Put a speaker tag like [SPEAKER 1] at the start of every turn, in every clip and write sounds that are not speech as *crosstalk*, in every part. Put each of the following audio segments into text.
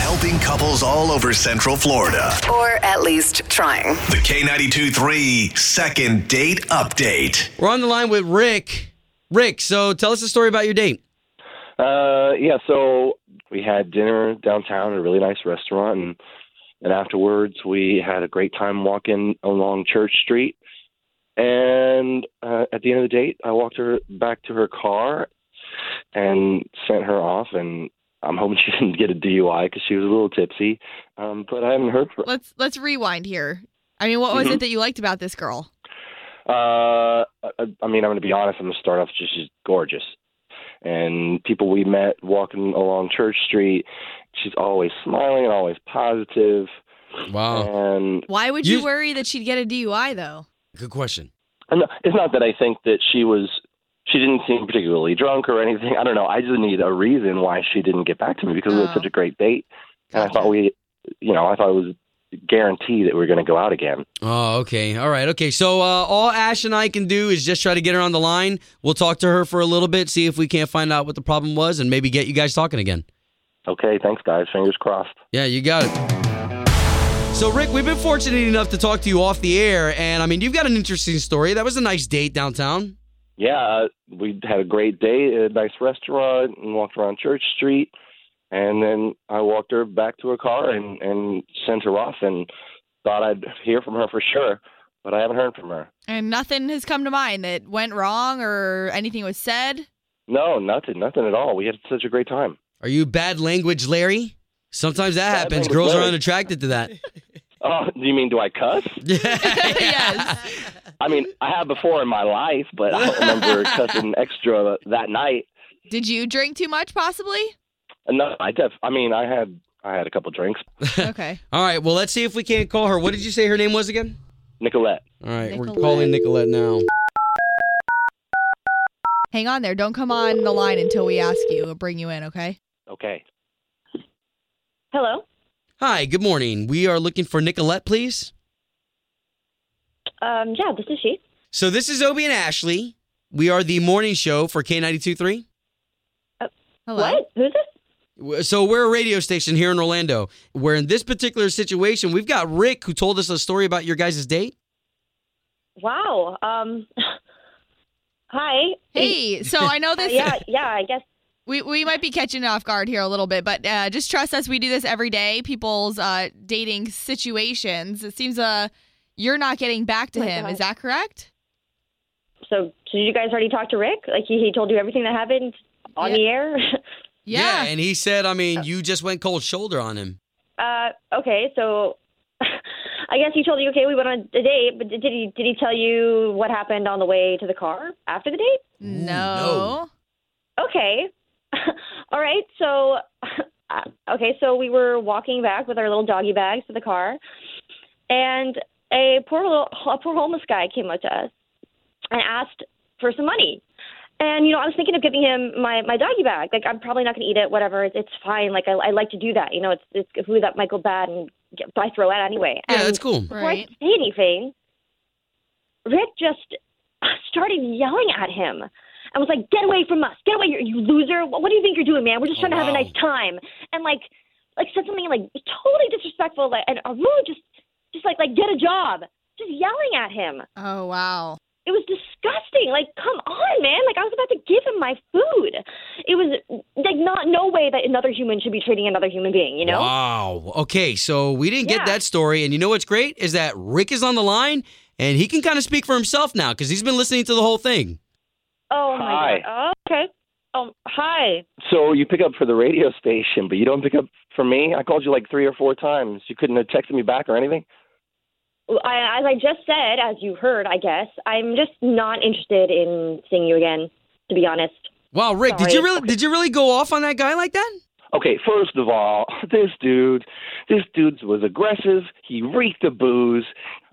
[SPEAKER 1] helping couples all over Central Florida.
[SPEAKER 2] Or at least trying.
[SPEAKER 1] The K92 3 Second Date Update.
[SPEAKER 3] We're on the line with Rick. Rick, so tell us a story about your date.
[SPEAKER 4] Uh, yeah, so we had dinner downtown at a really nice restaurant, and and afterwards we had a great time walking along Church Street. And uh, at the end of the date, I walked her back to her car and sent her off. And I'm hoping *laughs* she didn't get a DUI because she was a little tipsy. Um, but I haven't heard from.
[SPEAKER 5] Let's let's rewind here. I mean, what was it that you liked about this girl?
[SPEAKER 4] Uh, I, I mean, I'm going to be honest. I'm going to start off just she's gorgeous, and people we met walking along Church Street, she's always smiling and always positive.
[SPEAKER 3] Wow.
[SPEAKER 4] And
[SPEAKER 5] Why would you,
[SPEAKER 3] You-
[SPEAKER 5] worry that she'd get a DUI though?
[SPEAKER 3] Good question.
[SPEAKER 4] and no, it's not that I think that she was. She didn't seem particularly drunk or anything. I don't know. I just need a reason why she didn't get back to me because it was
[SPEAKER 5] Oh.
[SPEAKER 4] such a great date, and I thought we, you know, I thought it was guaranteed that we were going to go out again.
[SPEAKER 3] Oh, okay. All right. Okay. So uh, all Ash and I can do is just try to get her on the line. We'll talk to her for a little bit, see if we can't find out what the problem was, and maybe get you guys talking again.
[SPEAKER 4] Okay, thanks guys. Fingers crossed.
[SPEAKER 3] Yeah, you got it. So, Rick, we've been fortunate enough to talk to you off the air, and I mean, you've got an interesting story. That was a nice date downtown.
[SPEAKER 4] yeah, uh, we had a great day at a nice restaurant and walked around Church Street. And then I walked her back to her car and, and sent her off and thought I'd hear from her for sure, but I haven't heard from her.
[SPEAKER 5] And nothing has come to mind that went wrong or anything was said. *laughs*
[SPEAKER 4] No, nothing, nothing at all. We had such a great time.
[SPEAKER 3] Are you bad language, Larry? Sometimes that
[SPEAKER 4] Bad
[SPEAKER 3] happens.
[SPEAKER 4] language,
[SPEAKER 3] Girls are
[SPEAKER 4] Larry.
[SPEAKER 3] unattracted to that.
[SPEAKER 4] Oh, you mean do I cuss? *laughs*
[SPEAKER 3] *laughs*
[SPEAKER 5] yes.
[SPEAKER 4] I mean, I have before in my life, but I don't remember cussing extra that night.
[SPEAKER 5] Did you drink too much possibly?
[SPEAKER 4] And No, I def. I mean, I had I had a couple drinks.
[SPEAKER 5] Okay.
[SPEAKER 3] All right. Well, let's see if we can't call her. What did you say her name was again?
[SPEAKER 4] Nicolette.
[SPEAKER 3] All right, we're
[SPEAKER 5] Nicolette.
[SPEAKER 3] calling Nicolette now.
[SPEAKER 5] Hang on there. Don't come on the line until we ask you. We'll bring you in, okay?
[SPEAKER 4] Okay.
[SPEAKER 6] Hello.
[SPEAKER 3] Hi, good morning. We are looking for Nicolette, please.
[SPEAKER 6] Um, yeah, this is she.
[SPEAKER 3] So this is Obie and Ashley. We are the morning show for K92.3.
[SPEAKER 5] Hello.
[SPEAKER 6] What? Who's this?
[SPEAKER 3] W- So we're a radio station here in Orlando, where in this particular situation, we've got Rick who told us a story about your guys' date.
[SPEAKER 6] Wow. Um, *laughs* hi.
[SPEAKER 5] Hey, so I
[SPEAKER 6] *laughs*
[SPEAKER 5] know
[SPEAKER 6] Uh,
[SPEAKER 5] this
[SPEAKER 6] yeah, yeah. I guess.
[SPEAKER 5] we we might be catching off guard here a little bit, but uh, just trust us. We do this every day. People's uh, dating situations. It seems uh you're not getting back to
[SPEAKER 6] Oh my
[SPEAKER 5] him.
[SPEAKER 6] God.
[SPEAKER 5] Is that correct?
[SPEAKER 6] So, so did you guys already talk to Rick? Like he, he told you everything that happened on
[SPEAKER 5] Yeah.
[SPEAKER 6] the air. *laughs*
[SPEAKER 5] Yeah. Uh,
[SPEAKER 3] and he said, I mean, you just went cold shoulder on him.
[SPEAKER 6] uh, okay. So, *laughs* I guess he told you okay we went on a date, but did he did he tell you what happened on the way to the car after the date?
[SPEAKER 5] no.
[SPEAKER 6] Okay. *laughs* All right. So, *laughs* uh, okay. So we were walking back with our little doggy bags to the car, and a poor little, a poor homeless guy came up to us and asked for some money. And you know, I was thinking of giving him my my doggy bag. Like, I'm probably not going to eat it. Whatever. It's, it's fine. Like, I, I like to do that. You know, it's it's food that might go bad and get, I throw out anyway.
[SPEAKER 3] Yeah,
[SPEAKER 6] and
[SPEAKER 3] that's cool.
[SPEAKER 6] before I
[SPEAKER 5] Right.
[SPEAKER 6] could say anything, Rick just started yelling at him. I was like, "Get away from us! Get away, you, you loser! What, what do you think you're doing, man? We're just
[SPEAKER 3] Oh,
[SPEAKER 6] trying to have a
[SPEAKER 3] wow.
[SPEAKER 6] nice time." And like, like said something like totally disrespectful, like and uh, really just, just like like get a job, just yelling at him.
[SPEAKER 5] Oh wow.
[SPEAKER 6] It was disgusting. Like, come on, man! Like I was about to give him my food. It was like not no way that another human should be treating another human being. You know?
[SPEAKER 3] Wow. Okay, so we didn't
[SPEAKER 6] Yeah.
[SPEAKER 3] get that story. And you know what's great is that Rick is on the line and he can kind of speak for himself now because he's been listening to the whole thing.
[SPEAKER 6] Oh
[SPEAKER 4] Hi.
[SPEAKER 6] my god. Oh, okay. Um. Hi.
[SPEAKER 4] So you pick up for the radio station, but you don't pick up for me. I called you like three or four times. You couldn't have texted me back or anything.
[SPEAKER 6] I, as I just said, as you heard, I guess I'm just not interested in seeing you again. To be honest,
[SPEAKER 3] Wow, Rick, did
[SPEAKER 6] Sorry.
[SPEAKER 3] you really did you really go off on that guy like that?
[SPEAKER 4] Okay, first of all, *laughs* this dude, this dude was aggressive. He reeked of booze.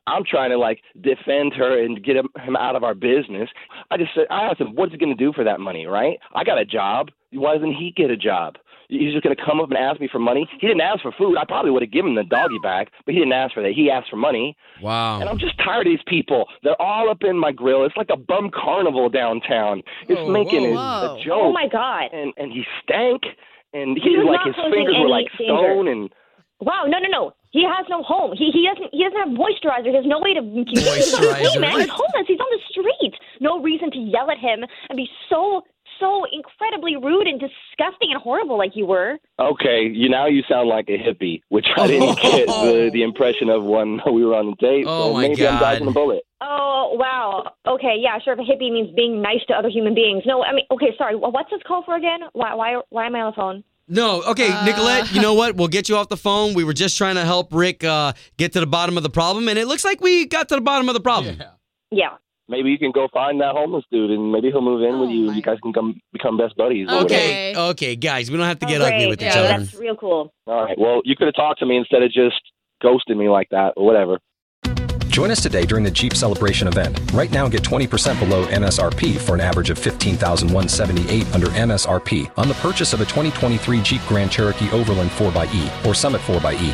[SPEAKER 4] I'm trying to like defend her and get him, him out of our business. I just said, I asked him, what's he going to do for that money, right? I got a job. Why doesn't he get a job? He's just going to come up and ask me for money. He didn't ask for food. I probably would have given him the doggy bag, but he didn't ask for that. He asked for money.
[SPEAKER 3] Wow.
[SPEAKER 4] And I'm just tired of these people. They're all up in my grill. It's like a bum carnival downtown. It's
[SPEAKER 3] Oh, Whoa,
[SPEAKER 4] making
[SPEAKER 3] whoa,
[SPEAKER 4] it
[SPEAKER 5] whoa.
[SPEAKER 4] a joke.
[SPEAKER 6] oh my god,
[SPEAKER 4] and and he stank. and he
[SPEAKER 6] He was
[SPEAKER 4] like
[SPEAKER 6] not
[SPEAKER 4] his
[SPEAKER 6] posing
[SPEAKER 4] fingers were
[SPEAKER 6] any
[SPEAKER 4] like
[SPEAKER 6] danger.
[SPEAKER 4] stone and
[SPEAKER 6] Wow, no, no, no. He has no home. He he doesn't he doesn't have moisturizer. He has no way to communicate with his
[SPEAKER 3] Moisturizer.
[SPEAKER 6] man. He's homeless. He's on the street. No reason to yell at him and be so so incredibly rude and disgusting and horrible like you were.
[SPEAKER 4] okay, you now you sound like a hippie, which I didn't
[SPEAKER 3] *laughs*
[SPEAKER 4] get the, the impression of when *laughs* we were on the date.
[SPEAKER 3] Oh,
[SPEAKER 4] so
[SPEAKER 3] my
[SPEAKER 4] maybe I'm
[SPEAKER 3] God.
[SPEAKER 4] dodging a bullet.
[SPEAKER 6] Oh wow. Okay, yeah, sure. If a hippie means being nice to other human beings. No, I mean, okay, sorry. What's this call for again? Why why why am I on the phone?
[SPEAKER 3] No, okay,
[SPEAKER 6] Uh.
[SPEAKER 3] Nicolette, you know what? We'll get you off the phone. We were just trying to help Rick uh, get to the bottom of the problem, and it looks like we got to the bottom of the problem.
[SPEAKER 6] Yeah.
[SPEAKER 4] Maybe you can go find that homeless dude, and maybe he'll move in with
[SPEAKER 5] Oh,
[SPEAKER 4] you.
[SPEAKER 5] my-
[SPEAKER 4] You guys can come become best buddies. or whatever.
[SPEAKER 3] Okay, okay, guys, we don't have to get
[SPEAKER 6] oh,
[SPEAKER 3] ugly
[SPEAKER 6] great.
[SPEAKER 3] with
[SPEAKER 6] yeah,
[SPEAKER 3] each other.
[SPEAKER 6] That's real cool.
[SPEAKER 4] All right. Well, you could have talked to me instead of just ghosting me like that, or whatever.
[SPEAKER 7] Join us today during the Jeep Celebration event. Right now, get 20% below MSRP for an average of 15178 under MSRP on the purchase of a 2023 Jeep Grand Cherokee Overland 4xE or Summit 4xE.